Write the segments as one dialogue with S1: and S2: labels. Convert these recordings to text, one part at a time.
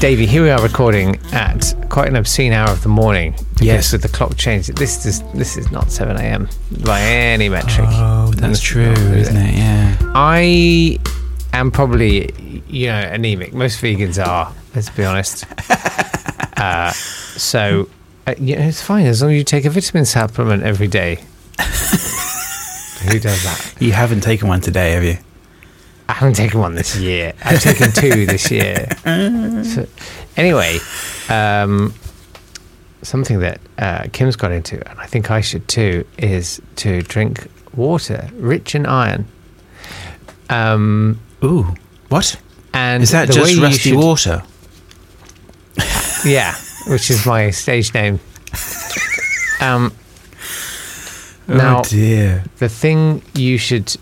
S1: Davey, here we are recording at quite an obscene hour of the morning. Yes, with the clock changed. This is this is not seven a.m. by any metric.
S2: Oh,
S1: This
S2: that's
S1: is
S2: true,
S1: not-
S2: isn't it? Yeah.
S1: I am probably you know anemic. Most vegans are. Let's be honest. uh, so uh, yeah, it's fine as long as you take a vitamin supplement every day. Who does that?
S2: You haven't taken one today, have you?
S1: I haven't taken one this year. I've taken two this year. So, anyway, um, something that uh, Kim's got into, and I think I should too, is to drink water rich in iron. Um,
S2: Ooh. What?
S1: and
S2: Is that
S1: the way
S2: just
S1: you
S2: rusty
S1: should-
S2: water?
S1: Yeah, which is my stage name. Um, now,
S2: oh dear.
S1: the thing you should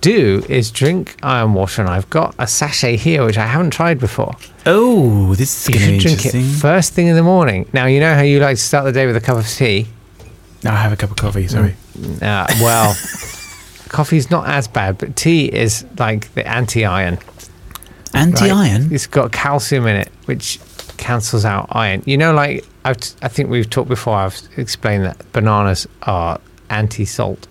S1: do is drink iron water, and I've got a sachet here which I haven't tried before.
S2: Oh, this is
S1: You
S2: going to be
S1: should drink it
S2: interesting.
S1: first thing in the morning. Now you know how you like to start the day with a cup of tea.
S2: No, I have a cup of coffee. Sorry.
S1: Uh, well, coffee's not as bad, but tea is like the anti-iron. right?
S2: Anti-iron.
S1: It's got calcium in it, which cancels out iron. You know, like I've t- I think we've talked before. I've explained that bananas are anti-salt.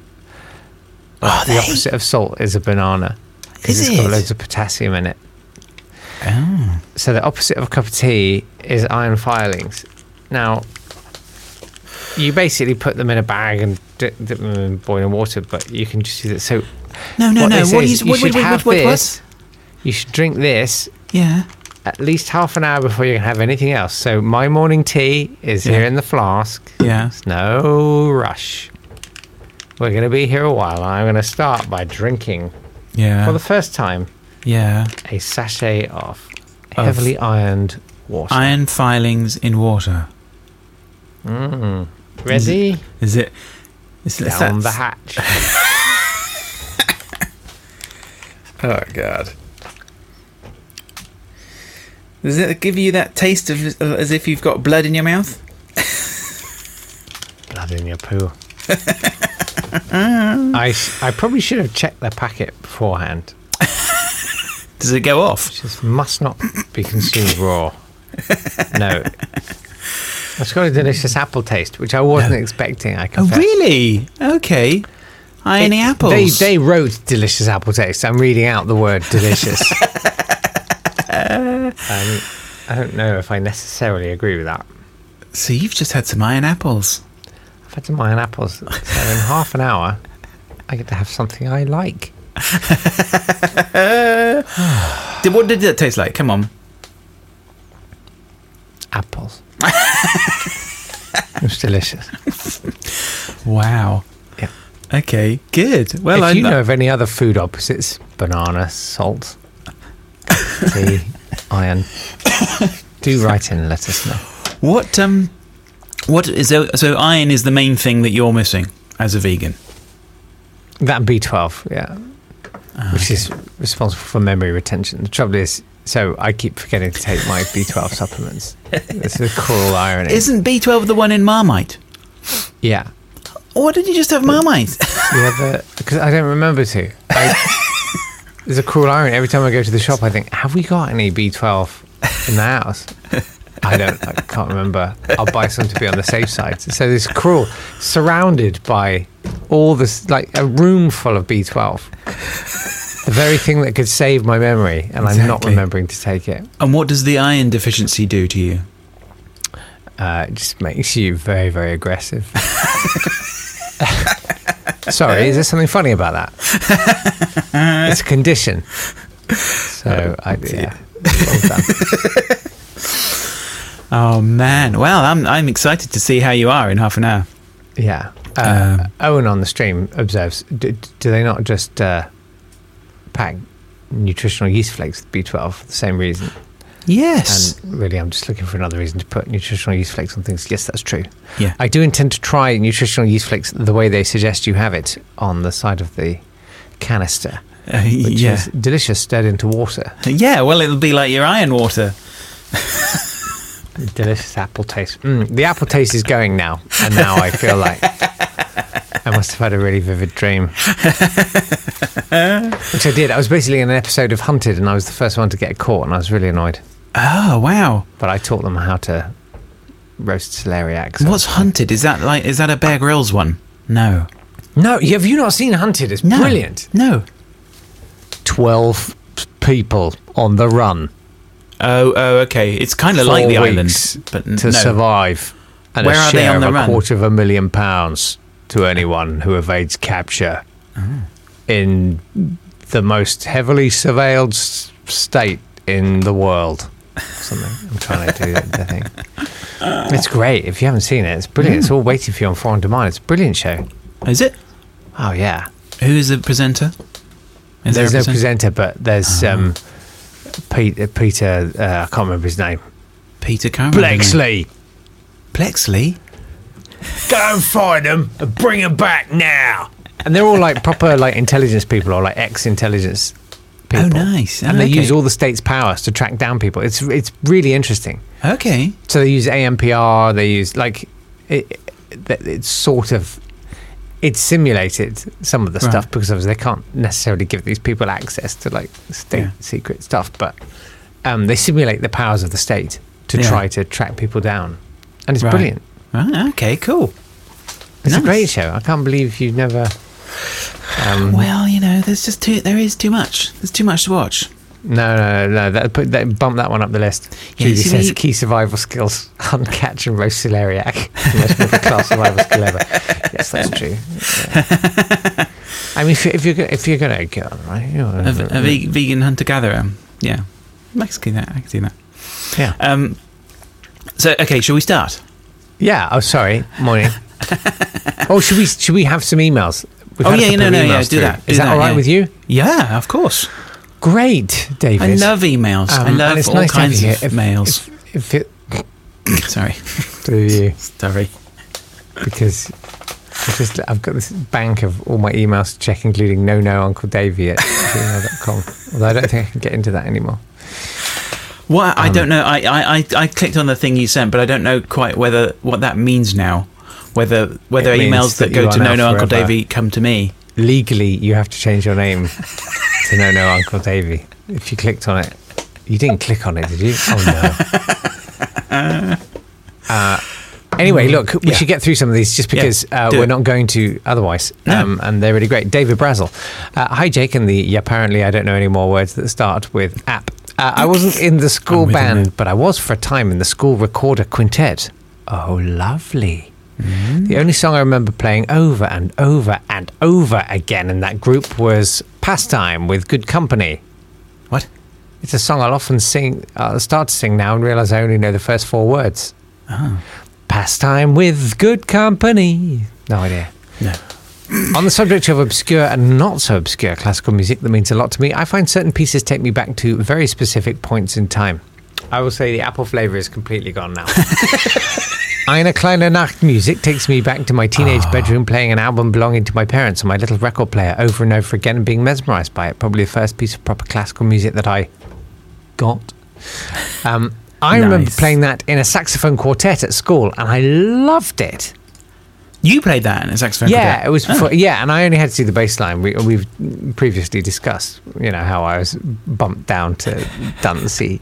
S2: Oh,
S1: The opposite of salt is a banana because
S2: Is
S1: it's got
S2: it?
S1: loads of potassium in it.
S2: Oh.
S1: So the opposite of a cup of tea is iron filings. Now, you basically put them in a bag and dip dip them in boiling water, but you can just use it. So
S2: No, no,
S1: what
S2: no.
S1: they say
S2: What
S1: is
S2: is?
S1: you
S2: What?
S1: should
S2: What? What?
S1: have
S2: What?
S1: this.
S2: what?
S1: You should drink this
S2: Yeah.
S1: at least half an hour before you can have anything else. So my morning tea is here
S2: Yeah.
S1: in the flask.
S2: Yeah.
S1: It's no rush. We're going to be here a while. I'm going to start by drinking
S2: Yeah.
S1: for the first time
S2: yeah.
S1: a sachet of
S2: Of-
S1: heavily ironed water.
S2: Iron filings in water.
S1: Ready?
S2: Is it? Is it- is
S1: down
S2: that-
S1: the hatch.
S2: Oh god. Does it give you that taste of of- as if you've got blood in your mouth?
S1: Blood in your poo. I, sh- I probably should have checked the packet beforehand.
S2: Does it go off?
S1: Just must not be consumed raw. No. It's got a delicious apple taste, which I wasn't expecting. I
S2: Oh
S1: confess.
S2: really? Okay. Irony
S1: It-
S2: apples.
S1: They, they wrote delicious apple taste. I'm reading out the word delicious. um, I don't know if I necessarily agree with that.
S2: So you've just had some iron apples.
S1: I've had some iron apples. So in half an hour, I get to have something I like.
S2: Did, what did that taste like? Come on.
S1: apples. it's delicious.
S2: Wow.
S1: Yeah.
S2: Okay. Good. Well,
S1: if
S2: I
S1: you know of any other food opposites, banana, salt, tea, iron, do write in and let us know.
S2: what um, what is so, so iron is the main thing that you're missing as a vegan.
S1: That B12, yeah. which is responsible for memory retention. The trouble is, so I keep forgetting to take my B12 supplements. It's a cruel irony.
S2: Isn't B12 the one in Marmite?
S1: yeah.
S2: Or did you just have Marmite?
S1: The other, because I don't remember to. I, there's a cruel irony. Every time I go to the shop, I think, have we got any B12 in the house? I don't, I can't remember. I'll buy some to be on the safe side. So this cruel, surrounded by all this, like a room full of B12. The very thing that could save my memory, and I'm not
S2: Exactly.
S1: remembering to take it.
S2: and what does the iron deficiency do to you?
S1: Uh, it just makes you very, very aggressive. Sorry, is there something funny about that? it's a condition. So, I, yeah. Well done.
S2: Oh man! Well, I'm I'm excited to see how you are in half an hour.
S1: Yeah. Uh, Owen on the stream observes do, do they not just uh, pack nutritional yeast flakes with B12 for the same reason?
S2: Yes.
S1: And really, I'm just looking for another reason to put nutritional yeast flakes on things. Yes, that's true.
S2: Yeah.
S1: I do intend to try nutritional yeast flakes the way they suggest you have it on the side of the canister,
S2: Uh,
S1: which
S2: yeah.
S1: is delicious stirred into water.
S2: Yeah. Well, it'll be like your iron water.
S1: Delicious apple taste. Mm, the apple taste is going now, and now I feel like I must have had a really vivid dream, which I did. I was basically in an episode of Hunted, and I was the first one to get caught, and I was really annoyed.
S2: Oh wow!
S1: But I taught them how to roast celeriac. so-
S2: What's hunted? Is that like is that a Bear Grylls one? No.
S1: No, have you not seen Hunted? It's
S2: No.
S1: brilliant.
S2: No.
S1: 12 people on the run
S2: Oh oh okay. It's kind of
S1: Four
S2: like the
S1: weeks
S2: island, but n-
S1: to
S2: no.
S1: survive and
S2: Where
S1: a
S2: are they
S1: share
S2: on
S1: of
S2: the
S1: a
S2: run?
S1: quarter of a million pounds to anyone who evades capture in the most heavily surveilled s- state in the world. Something I'm trying to do the thing. It's great. If you haven't seen it, it's brilliant. It's all waiting for you on Foreign Demand. It's a brilliant show.
S2: Is it?
S1: Oh yeah.
S2: Who is the presenter? Is
S1: there's
S2: there a
S1: no presenter, but there's
S2: Ah.
S1: um, Peter. Peter, uh, I can't remember his name.
S2: Peter Cameron.
S1: Blexley,
S2: Plexley.
S1: go and find him and bring him back now. And they're all like proper like intelligence people or like ex-intelligence people.
S2: Oh, nice.
S1: And
S2: Oh,
S1: they
S2: okay.
S1: use all the state's powers to track down people. It's it's really interesting.
S2: Okay.
S1: So they use AMPR. They use like it, it, that- it's sort of it's simulated some of the
S2: Right.
S1: stuff because obviously they can't necessarily give these people access to like state
S2: Yeah.
S1: secret stuff, but um, they simulate the powers of the state to
S2: Yeah.
S1: try to track people down, and it's
S2: Right.
S1: brilliant.
S2: Right, okay. Cool.
S1: It's a
S2: Nice.
S1: great show. I can't believe you've never. Um,
S2: Well, you know, there's just too. There is too much. There's too much to watch.
S1: no, no, no, no. That, put, that, bump that one up the list.
S2: Yeah, you
S1: Julie
S2: see
S1: says
S2: the-
S1: key survival skills: hunt, catch, and roast celeriac. Most middle class survival skill ever. Yes, that's true. Yeah. I mean, if, you- if you're go- if you're gonna go on, right? you know,
S2: A, v- a ve-
S1: mm-hmm.
S2: vegan hunter gatherer. Yeah. I can see that. I can see that.
S1: yeah.
S2: Um. So okay, shall we start?
S1: yeah. Oh, sorry. Morning. oh, should we should we have some emails? We've
S2: Oh
S1: had a
S2: yeah, you
S1: couple
S2: know,
S1: of
S2: no, yeah,
S1: emails
S2: do
S1: through.
S2: that.
S1: Is
S2: do
S1: that all right
S2: yeah.
S1: with you?
S2: Yeah, of course.
S1: Great, David.
S2: I love emails. I
S1: Um,
S2: love
S1: and it's
S2: all
S1: nice to have
S2: kinds
S1: you
S2: of
S1: here. If-
S2: mails.
S1: If, if it
S2: Sorry,
S1: through you.
S2: sorry.
S1: because I just, I've got this bank of all my emails to check, including no no Uncle Davey at gmail.com. Although I don't think I can get into that anymore.
S2: What
S1: Um,
S2: I don't know. I, I, I, I clicked on the thing you sent, but I don't know quite whether what that means now. Whether whether
S1: It means
S2: emails that,
S1: that you
S2: go
S1: are
S2: to
S1: now
S2: No No Uncle
S1: forever.
S2: Davey come to me.
S1: Legally, you have to change your name to no no Uncle Davey. If you clicked on it, you didn't click on it, did you? Oh no. Uh, anyway, look, we
S2: Mm. Yeah.
S1: should get through some of these just
S2: Yeah,
S1: because uh,
S2: do
S1: we're
S2: it.
S1: not going to otherwise. Um,
S2: No.
S1: and they're really great. David Brazel. Uh, hi, Jake, and the apparently I don't know any more words that start with app. Uh, I wasn't in the school
S2: I'm with you,
S1: band,
S2: mate.
S1: but I was for a time in the school recorder quintet. Oh, lovely.
S2: Mm.
S1: The only song I remember playing over and over and over again in that group was Pastime with Good Company.
S2: What?
S1: It's a song I'll often sing, uh, start to sing now and realize I only know the first four words. Pastime with good company. No idea.
S2: No.
S1: On the subject of obscure and not so obscure classical music that means a lot to me, I find certain pieces take me back to very specific points in time. I will say the apple flavor is completely gone now. Eine kleine Nacht music takes me back to my teenage bedroom playing an album belonging to my parents on my little record player over and over again and being mesmerized by it. Probably the first piece of proper classical music that I got. Um, I remember
S2: Nice.
S1: playing that in a saxophone quartet at school and I loved it.
S2: You played that in a saxophone.
S1: yeah,
S2: quartet.
S1: it was
S2: Oh.
S1: before, yeah, and I only had to do the bass line. We, we've previously discussed, you know, how I was bumped down to Dunsey,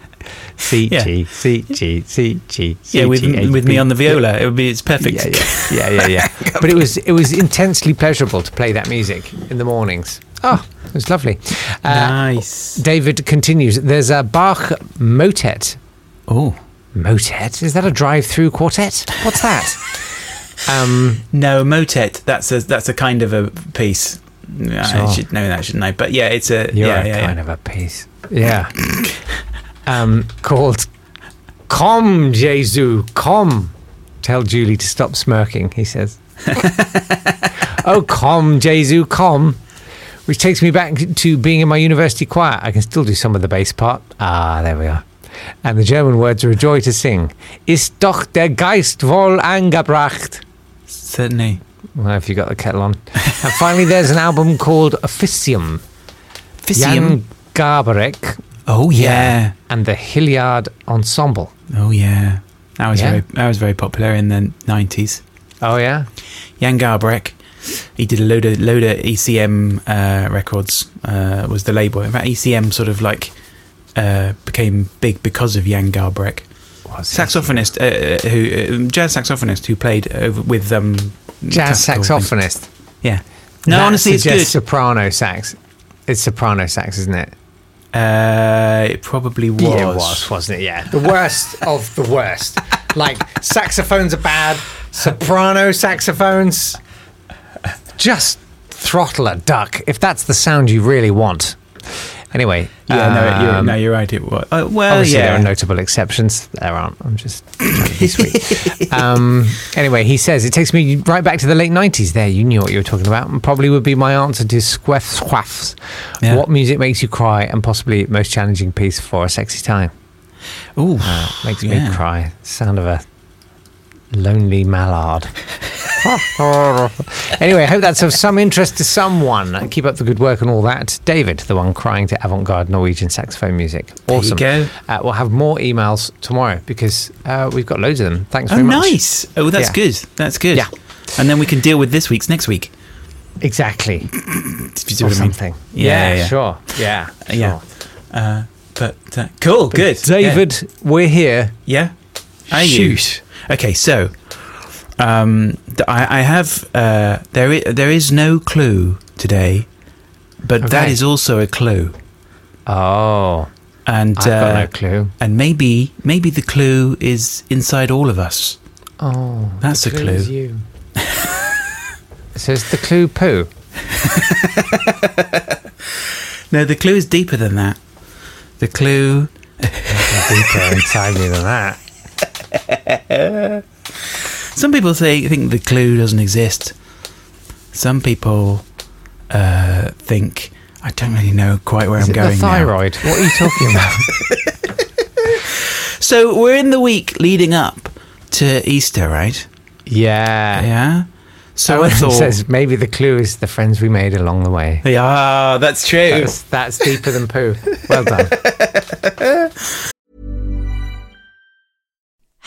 S1: C
S2: Yeah.
S1: G C G C G.
S2: yeah, with with me on the viola, it would be it's perfect.
S1: Yeah, yeah, yeah, yeah. yeah. but it was it was intensely pleasurable to play that music in the mornings. Oh, it was lovely. Uh,
S2: Nice.
S1: David continues. There's a Bach motet.
S2: Oh
S1: Motet is that a drive-through quartet? What's that? um,
S2: no, motet. That's a that's a kind of a piece. Yeah, I
S1: Sure.
S2: should know that, shouldn't I? But yeah, it's a
S1: you're
S2: yeah,
S1: a
S2: yeah,
S1: kind
S2: yeah.
S1: of a piece. Yeah. um, called "Come, Jesu, come." Tell Julie to stop smirking. He says. oh, come, Jesu, come. Which takes me back to being in my university choir. I can still do some of the bass part. Ah, there we are. And the German words are a joy to sing. Ist doch der Geist wohl angebracht.
S2: certainly.
S1: Well, if you got the kettle on. and finally, there's an album called Officium. Jan
S2: Fisium.
S1: Garbarek
S2: Oh yeah.
S1: and the Hilliard Ensemble.
S2: Oh yeah. That was
S1: Yeah.
S2: very that was very popular in the nineties.
S1: Oh, yeah?
S2: Jan Garbrek. He did a load of load of ECM uh, records. Uh, was the label. In fact, ECM sort of like uh, became big because of Jan Garbrek,
S1: Was it?
S2: saxophonist uh, uh, who um, jazz saxophonist who played over with um,
S1: Jazz
S2: classical things.
S1: saxophonist.
S2: Yeah. No,
S1: That
S2: honestly, it's
S1: suggests
S2: good.
S1: soprano sax. It's soprano sax, isn't it?
S2: Uh, it probably was.
S1: Yeah, it was, wasn't it? Yeah. The worst of the worst. Like, saxophones are bad, soprano saxophones. Just throttle a duck if that's the sound you really want. Anyway.
S2: Yeah, no, you're,
S1: um,
S2: no, you're right. It was. Uh, well,
S1: Obviously,
S2: yeah.
S1: there are notable exceptions. There aren't. I'm just trying to be sweet. um, anyway, he says it takes me right back to the late '90s. There, you knew what you were talking about, and probably would be my answer to Squeff Squaffs.
S2: Yeah.
S1: What music makes you cry, and possibly most challenging piece for a sexy time?
S2: Ooh,
S1: Makes
S2: Yeah.
S1: me cry. Sound of a lonely mallard. anyway, I hope that's of some interest to someone. Keep up the good work and all that. David, the one crying to avant garde Norwegian saxophone music.
S2: you
S1: Awesome.
S2: go.
S1: Uh, we'll have more emails tomorrow because uh, we've got loads of them. Thanks
S2: oh,
S1: very much.
S2: nice. Oh, that's
S1: Yeah.
S2: good. That's good.
S1: Yeah.
S2: And then we can deal with this week's next week.
S1: Exactly.
S2: If you see
S1: or
S2: what I mean.
S1: something.
S2: Yeah, yeah, yeah.
S1: sure. Yeah.
S2: Yeah.
S1: sure.
S2: Uh, but uh, cool. good.
S1: David, we're here.
S2: Yeah. yeah? Are you?
S1: Shoot.
S2: Okay, so um, th- I, I have uh, there. Is, there is no clue today, but that
S1: Okay.
S2: is also a clue.
S1: Oh,
S2: And
S1: I've got
S2: uh,
S1: no clue.
S2: and maybe maybe the clue is inside all of us.
S1: Oh,
S2: That's a clue.
S1: So it's the clue poo.
S2: No, the clue is deeper than that. The clue.
S1: deeper inside me than that.
S2: Some people say think the clue doesn't exist. Some people uh, think I don't really know quite where
S1: Is
S2: I'm
S1: it
S2: going.
S1: the
S2: now."
S1: thyroid? What are you talking about?
S2: So we're in the week leading up to Easter, right?
S1: yeah.
S2: Yeah. So I
S1: Owen
S2: thought.
S1: says maybe the clue is the friends we made along the way.
S2: yeah, that's true.
S1: That's, that's deeper than poo. Well done.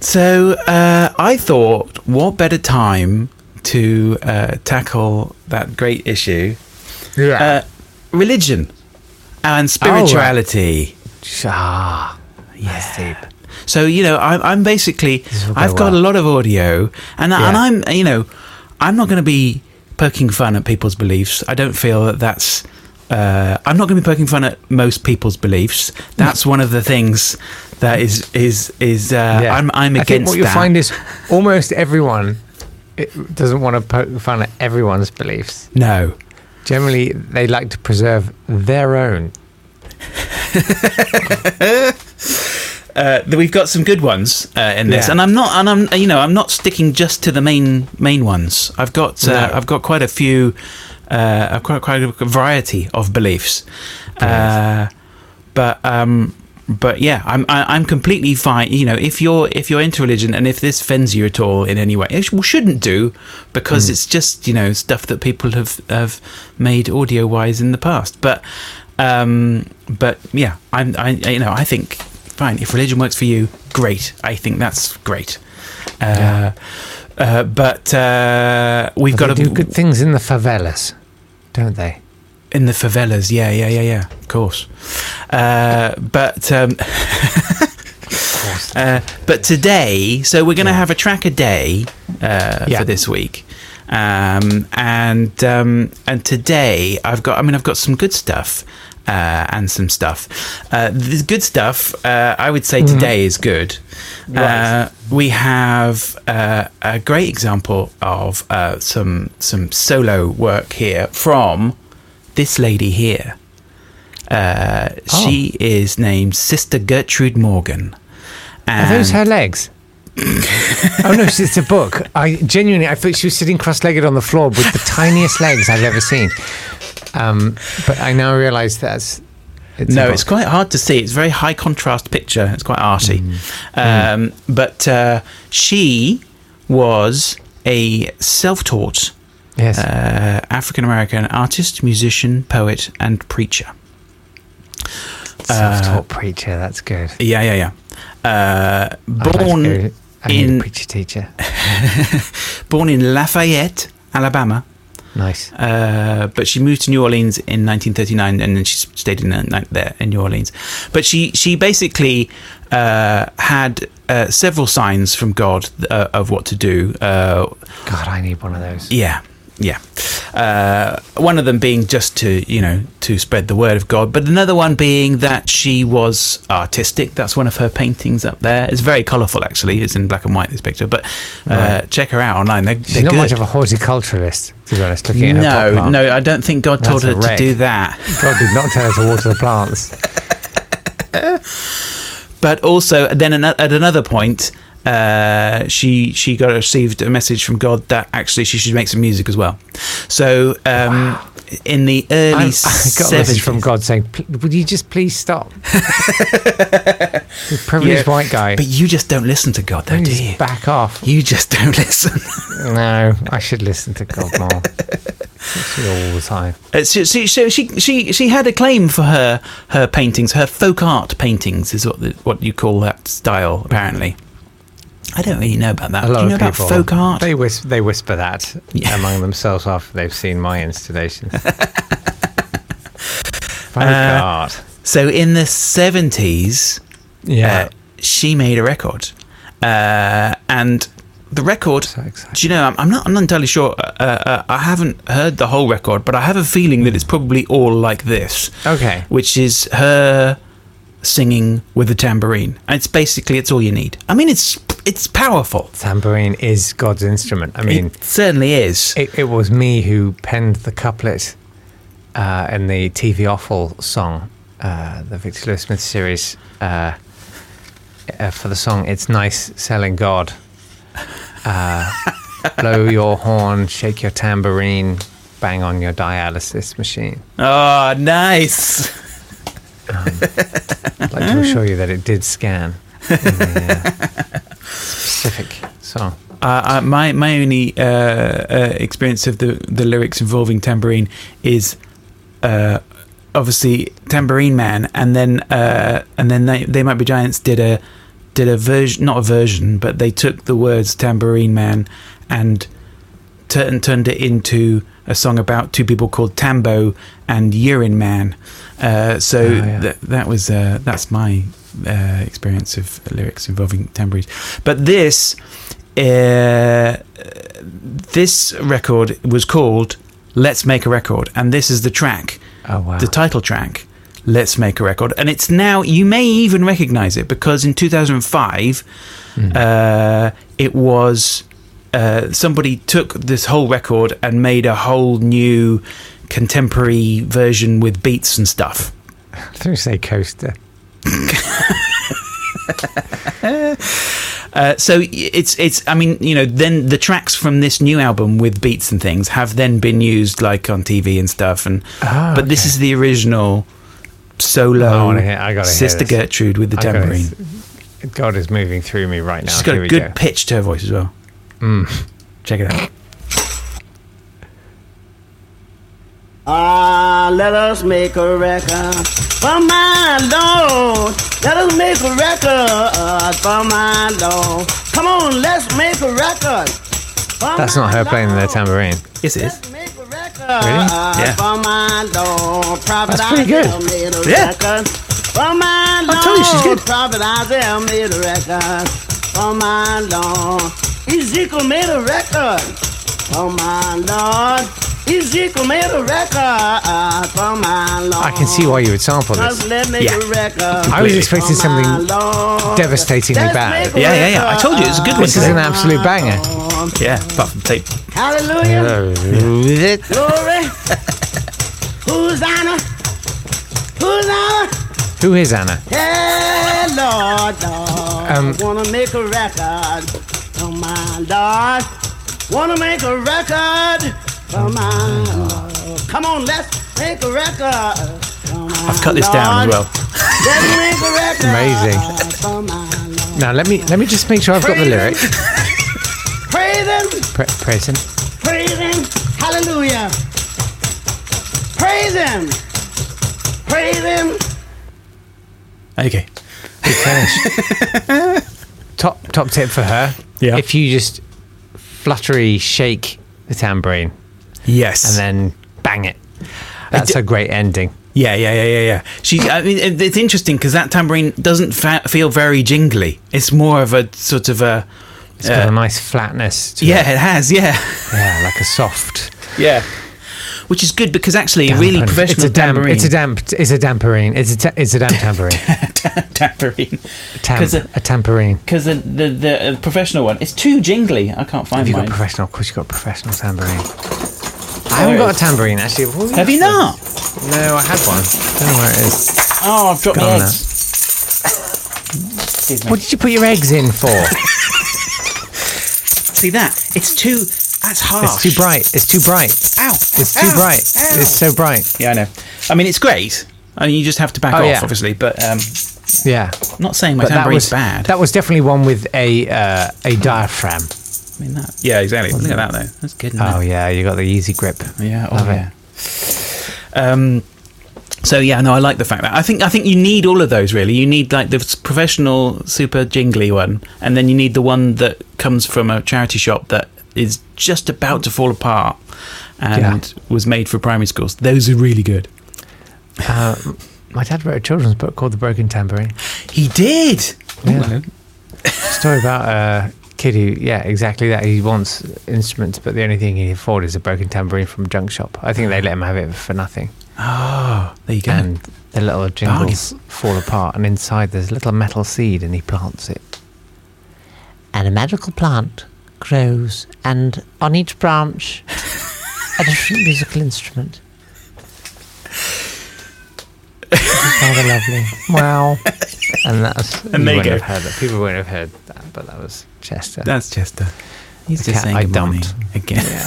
S2: So uh, I thought, what better time to uh, tackle that great issue?
S1: Yeah.
S2: Uh, religion and
S1: Oh,
S2: spirituality.
S1: ah, yes, deep.
S2: So you know, I'm, I'm basically
S1: This will go
S2: I've got
S1: well.
S2: a lot of audio, and and
S1: Yeah.
S2: I'm you know, I'm not going to be poking fun at people's beliefs. I don't feel that that's. Uh, I'm not going to be poking fun at most people's beliefs. That's one of the things that is is is. Uh,
S1: Yeah.
S2: I'm I'm
S1: I
S2: against
S1: think what you'll
S2: that.
S1: find is almost everyone it doesn't want to poke fun at everyone's beliefs.
S2: no.
S1: Generally, they like to preserve their own.
S2: Uh, th- we've got some good ones uh, in this,
S1: Yeah.
S2: and I'm not and I'm you know I'm not sticking just to the main main ones. I've got uh,
S1: No.
S2: I've got quite a few, uh, I've quite quite a variety of beliefs. Uh, but um but yeah i'm I, i'm completely fine you know if you're if you're into religion and if this offends you at all in any way it sh- shouldn't do
S1: Hmm.
S2: because it's just you know stuff that people have have made audio wise in the past but um but yeah i'm i you know i think fine if religion works for you great i think that's great uh uh but uh we've
S1: But
S2: got
S1: they
S2: a
S1: do good things in the favelas, don't they?
S2: in the favelas, yeah, yeah, yeah, yeah, of course. Uh, but um, uh, but today, so we're going to have a track a day uh,
S1: Yeah.
S2: for this week, um, and um, and today I've got, I mean, I've got some good stuff. Uh, and some stuff. Uh, the good stuff, uh, I would say
S1: Mm-hmm.
S2: today is good. Uh, we have uh, a great example of uh, some some solo work here from this lady here. Uh,
S1: Oh.
S2: She is named Sister Gertrude Morgan.
S1: Are those her
S2: And-
S1: legs? oh no, it's it's a book. I genuinely, I thought she was sitting cross-legged on the floor with the tiniest legs I've ever seen. Um, but I now realise that's it's a
S2: no,
S1: book.
S2: it's quite hard to see. It's a very high contrast picture. It's quite arty. Um, But uh, she was a self-taught
S1: yes,
S2: uh, African American artist, musician, poet, and preacher. uh,
S1: self-taught preacher. That's good.
S2: Yeah, yeah, yeah. Uh,
S1: I'd like to
S2: born
S1: go- I need a
S2: in
S1: preacher teacher.
S2: born in Lafayette, Alabama,
S1: Nice.
S2: Uh, but she moved to New Orleans in 1939, and then she s- stayed in uh, like, there in New Orleans. But she she basically uh, had uh, several signs from God uh, of what to do. Uh,
S1: God, I need one of those.
S2: yeah, yeah. Uh, one of them being just to you know to spread the word of God, but another one being that she was artistic. That's one of her paintings up there. It's very colourful, actually. It's in black and white. This picture, but uh, check her out online. They're,
S1: She's
S2: they're
S1: not
S2: good.
S1: much of a horticulturalist, to be honest. Looking at her pot
S2: no,
S1: plant.
S2: no, I don't think God told
S1: That's a
S2: her to
S1: wreck.
S2: do that.
S1: God did not tell her to water the plants.
S2: but also then an- at another point uh, she she got received a message from God that actually she should make some music as well. So um, in the early
S1: I, I got a message
S2: 70s.
S1: from God saying, "Pl- "Would you just please stop?" The privileged white guy.
S2: But you just don't listen to God, though,
S1: Please
S2: do you?
S1: back off.
S2: You just don't listen.
S1: No, I should listen to God more. Listen all the time.
S2: Uh, so, so, so she she she had a claim for her her paintings, her folk art paintings is what the, what you call that style apparently. I don't really know about that.
S1: A lot
S2: Do you know
S1: of
S2: about
S1: people.
S2: folk art?
S1: They whisper, they whisper that
S2: Yeah.
S1: among themselves after they've seen my Uh, installations. folk
S2: Uh,
S1: art.
S2: So in the seventies, uh, she made a record, uh, and the record.
S1: exciting.
S2: do you know? I'm, I'm not. I'm not entirely sure. Uh, uh, I haven't heard the whole record, but I have a feeling that it's probably all like this.
S1: Hmm. Uh, Okay.
S2: which is her singing with a tambourine. And it's basically it's all you need. I mean, it's it's powerful.
S1: Tambourine is God's instrument. I mean,
S2: It certainly is.
S1: It, it was me who penned the couplet uh, in the TV Offal song, uh, the Victor Lewis Smith series, uh, uh, for the song It's Nice Selling God. Uh, blow your horn, shake your tambourine, bang on your dialysis machine.
S2: oh, nice.
S1: I'd like to assure you that it did scan in the uh, specific song.
S2: Uh, uh, my my only uh, uh, experience of the the lyrics involving tambourine is. Uh, Obviously, Tambourine Man, and then uh, and then they, they might be giants did a did a version, not a version, but they took the words Tambourine Man and tur- and turned it into a song about two people called Tambo and Urine Man. Uh, so
S1: yeah.
S2: th- that was uh, that's my uh, experience of lyrics involving tambourines. But this uh, this record was called "Let's Make a Record," and this is the track,
S1: Oh, wow.
S2: the title track. Let's make a record, and it's now. You may even recognize it because in 2005,
S1: Hmm.
S2: uh, it was uh, somebody took this whole record and made a whole new contemporary version with beats and stuff.
S1: I think you say coaster.
S2: Uh, so y- it's it's. I mean, you know, then the tracks from this new album with beats and things have then been used like on TV and stuff. And
S1: Ah,
S2: but this
S1: okay. Oh,
S2: is the original solo.
S1: I wanna hear- I gotta hear
S2: Sister
S1: this.
S2: Gertrude with the
S1: I gotta-
S2: tambourine.
S1: God is moving through me right now.
S2: She's got
S1: Here
S2: a
S1: we
S2: good
S1: go. Mm.
S2: pitch to her voice as well. Check it out.
S3: Ah, let us make a record for my Lord. Let us make a record for my Lord. Come on, let's make a record. for
S1: That's
S3: my
S1: not her playing the
S3: Lord.
S1: tambourine.
S2: Yes, it is.
S3: Let's make a record
S2: Yeah.
S3: for my Lord. Prophet
S1: That's pretty good.
S3: Isaiah made a
S2: Yeah.
S3: record for my Lord.
S2: I told you she's good.
S3: Prophet Isaiah made a record for my Lord. Ezekiel made a record for my Lord. Ezekiel made a record for my Lord.
S1: I can see why you would sample this.
S3: Just let me
S2: Yeah.
S3: record.
S1: I was expecting
S3: for my
S1: something
S3: Lord.
S1: devastatingly
S3: Let's
S1: bad.
S3: make a
S2: Yeah, yeah, yeah. I told you, it's a good one.
S1: This is an absolute banger.
S2: Yeah, apart from tape.
S3: Hallelujah. Glory. Who's honor? Who's honor?
S1: Who is Anna?
S3: Hey, Lord, Lord.
S1: Um,
S3: wanna make a record for my Lord. Wanna make a record for my Lord. Come on, let's make a record.
S2: I've cut this down as well.
S3: Let's make a record.
S1: Amazing.
S3: For my Lord.
S1: Now let me let me just make sure I've got the lyric.
S3: Praise him.
S1: Pre- praise him.
S3: Praise him. Hallelujah. Praise him. Praise him.
S2: Okay.
S1: Good finish. top top tip for her.
S2: Yeah.
S1: If you just fluttery shake the tambourine
S2: Yes.
S1: and then bang it. That's a great ending.
S2: Yeah, yeah, yeah, yeah, yeah. She. I mean, it- it's interesting because that tambourine doesn't fa- feel very jingly. It's more of a sort of a.
S1: It's got a nice flatness to
S2: Yeah,
S1: it.
S2: it has. Yeah,
S1: Yeah, like a soft
S2: yeah. Which is good because actually, really
S1: dampen-
S2: professional
S1: It's a damp
S2: tambourine.
S1: it's a damp it's a damperine. It's a ta- it's a damp tambourine.
S2: tambourine.
S1: Tam-
S2: 'Cause uh, a-
S1: a tambourine.
S2: Because the the, the uh, professional one, it's too jingly. I can't find
S1: Have you
S2: mine.
S1: got professional? Of course, you got a professional tambourine. I
S2: There
S1: haven't
S2: it
S1: got a
S2: is.
S1: tambourine actually. What was
S2: Have
S1: it?
S2: you not?
S1: No, I had one. Don't know where it is.
S2: Oh, I've dropped
S1: Gone
S2: my
S1: now.
S2: eggs. Excuse me.
S1: What did you put your eggs in for?
S2: See that? It's too. That's harsh.
S1: It's too bright. It's too bright.
S2: Ow.
S1: It's too
S2: Ow.
S1: bright.
S2: Ow.
S1: It's so bright.
S2: Yeah, I know. I mean, it's great. I mean, you just have to back
S1: Oh,
S2: off,
S1: yeah.
S2: obviously. But um,
S1: Yeah.
S2: I'm not saying my
S1: But that
S2: tambourine's
S1: was
S2: bad.
S1: That was definitely one with a uh, a diaphragm.
S2: I mean, that. Yeah, exactly. Look at that though. That's good. isn't
S1: Oh
S2: it?
S1: yeah, you got the easy grip.
S2: Mm. yeah. Oh,
S1: Love it.
S2: yeah. Um. So yeah, no, I like the fact that I think I think you need all of those really. You need like the s- professional, super jingly one, and then you need the one that comes from a charity shop that is just about to fall apart and was made for primary schools. Those are really good.
S1: My dad wrote a children's book called The Broken Tambourine.
S2: He did.
S1: Yeah. Story about a kid who, yeah, exactly that. He wants instruments, but the only thing he can afford is a broken tambourine from a junk shop. I think they let him have it for nothing.
S2: Oh, there you go.
S1: And the little jingles fall apart, and inside there's a little metal seed, and he plants it.
S4: and a magical plant grows, and on each branch, a different musical instrument.
S1: Rather lovely. Wow. and that's you
S2: And there you
S1: wouldn't
S2: go.
S1: have heard that. People wouldn't have heard that, but that was Chester.
S2: That's Chester. He's
S1: The cat
S2: just saying
S1: I
S2: good morning
S1: dumped.
S2: again.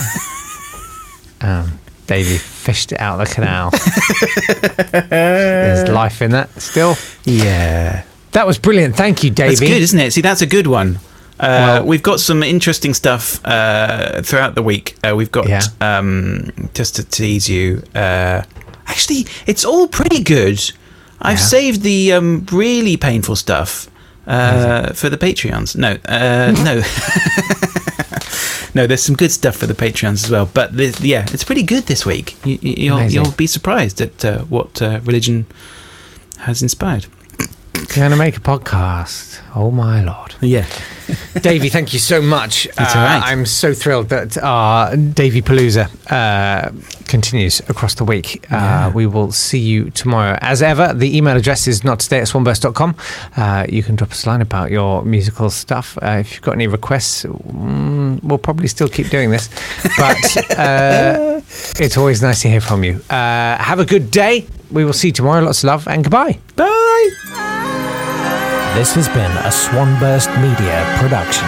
S1: Um, Davy fished it out of the canal. There's life in that still.
S2: Yeah,
S1: That was brilliant. Thank you, Davy.
S2: that's good, isn't it? See, that's a good one. Uh,
S1: Well-
S2: we've got some interesting stuff uh, throughout the week. Uh, we've got
S1: Yeah.
S2: um, just to tease you. Uh, actually, it's all pretty good. I've
S1: Yeah.
S2: saved the um, really painful stuff uh, for the Patreons. No, uh, no, no. There's some good stuff for the Patreons as well. But the, yeah, it's pretty good this week. You, you, you'll,
S1: Amazing.
S2: you'll be surprised at uh, what uh, religion has inspired.
S1: Going to make a podcast. Oh my lord,
S2: Yeah.
S1: Davy, thank you so much. Uh,
S2: That's all right.
S1: I'm so thrilled that our Davy Palooza uh, continues across the week. Uh, we will see you tomorrow. As ever, the email address is not today at swanburst.com. Uh, you can drop us a line about your musical stuff. Uh, if you've got any requests, mm, we'll probably still keep doing this. But uh, it's always nice to hear from you. Uh, have a good day. We will see you tomorrow. Lots of love and goodbye.
S2: Bye.
S5: This has been a Swanburst Media production.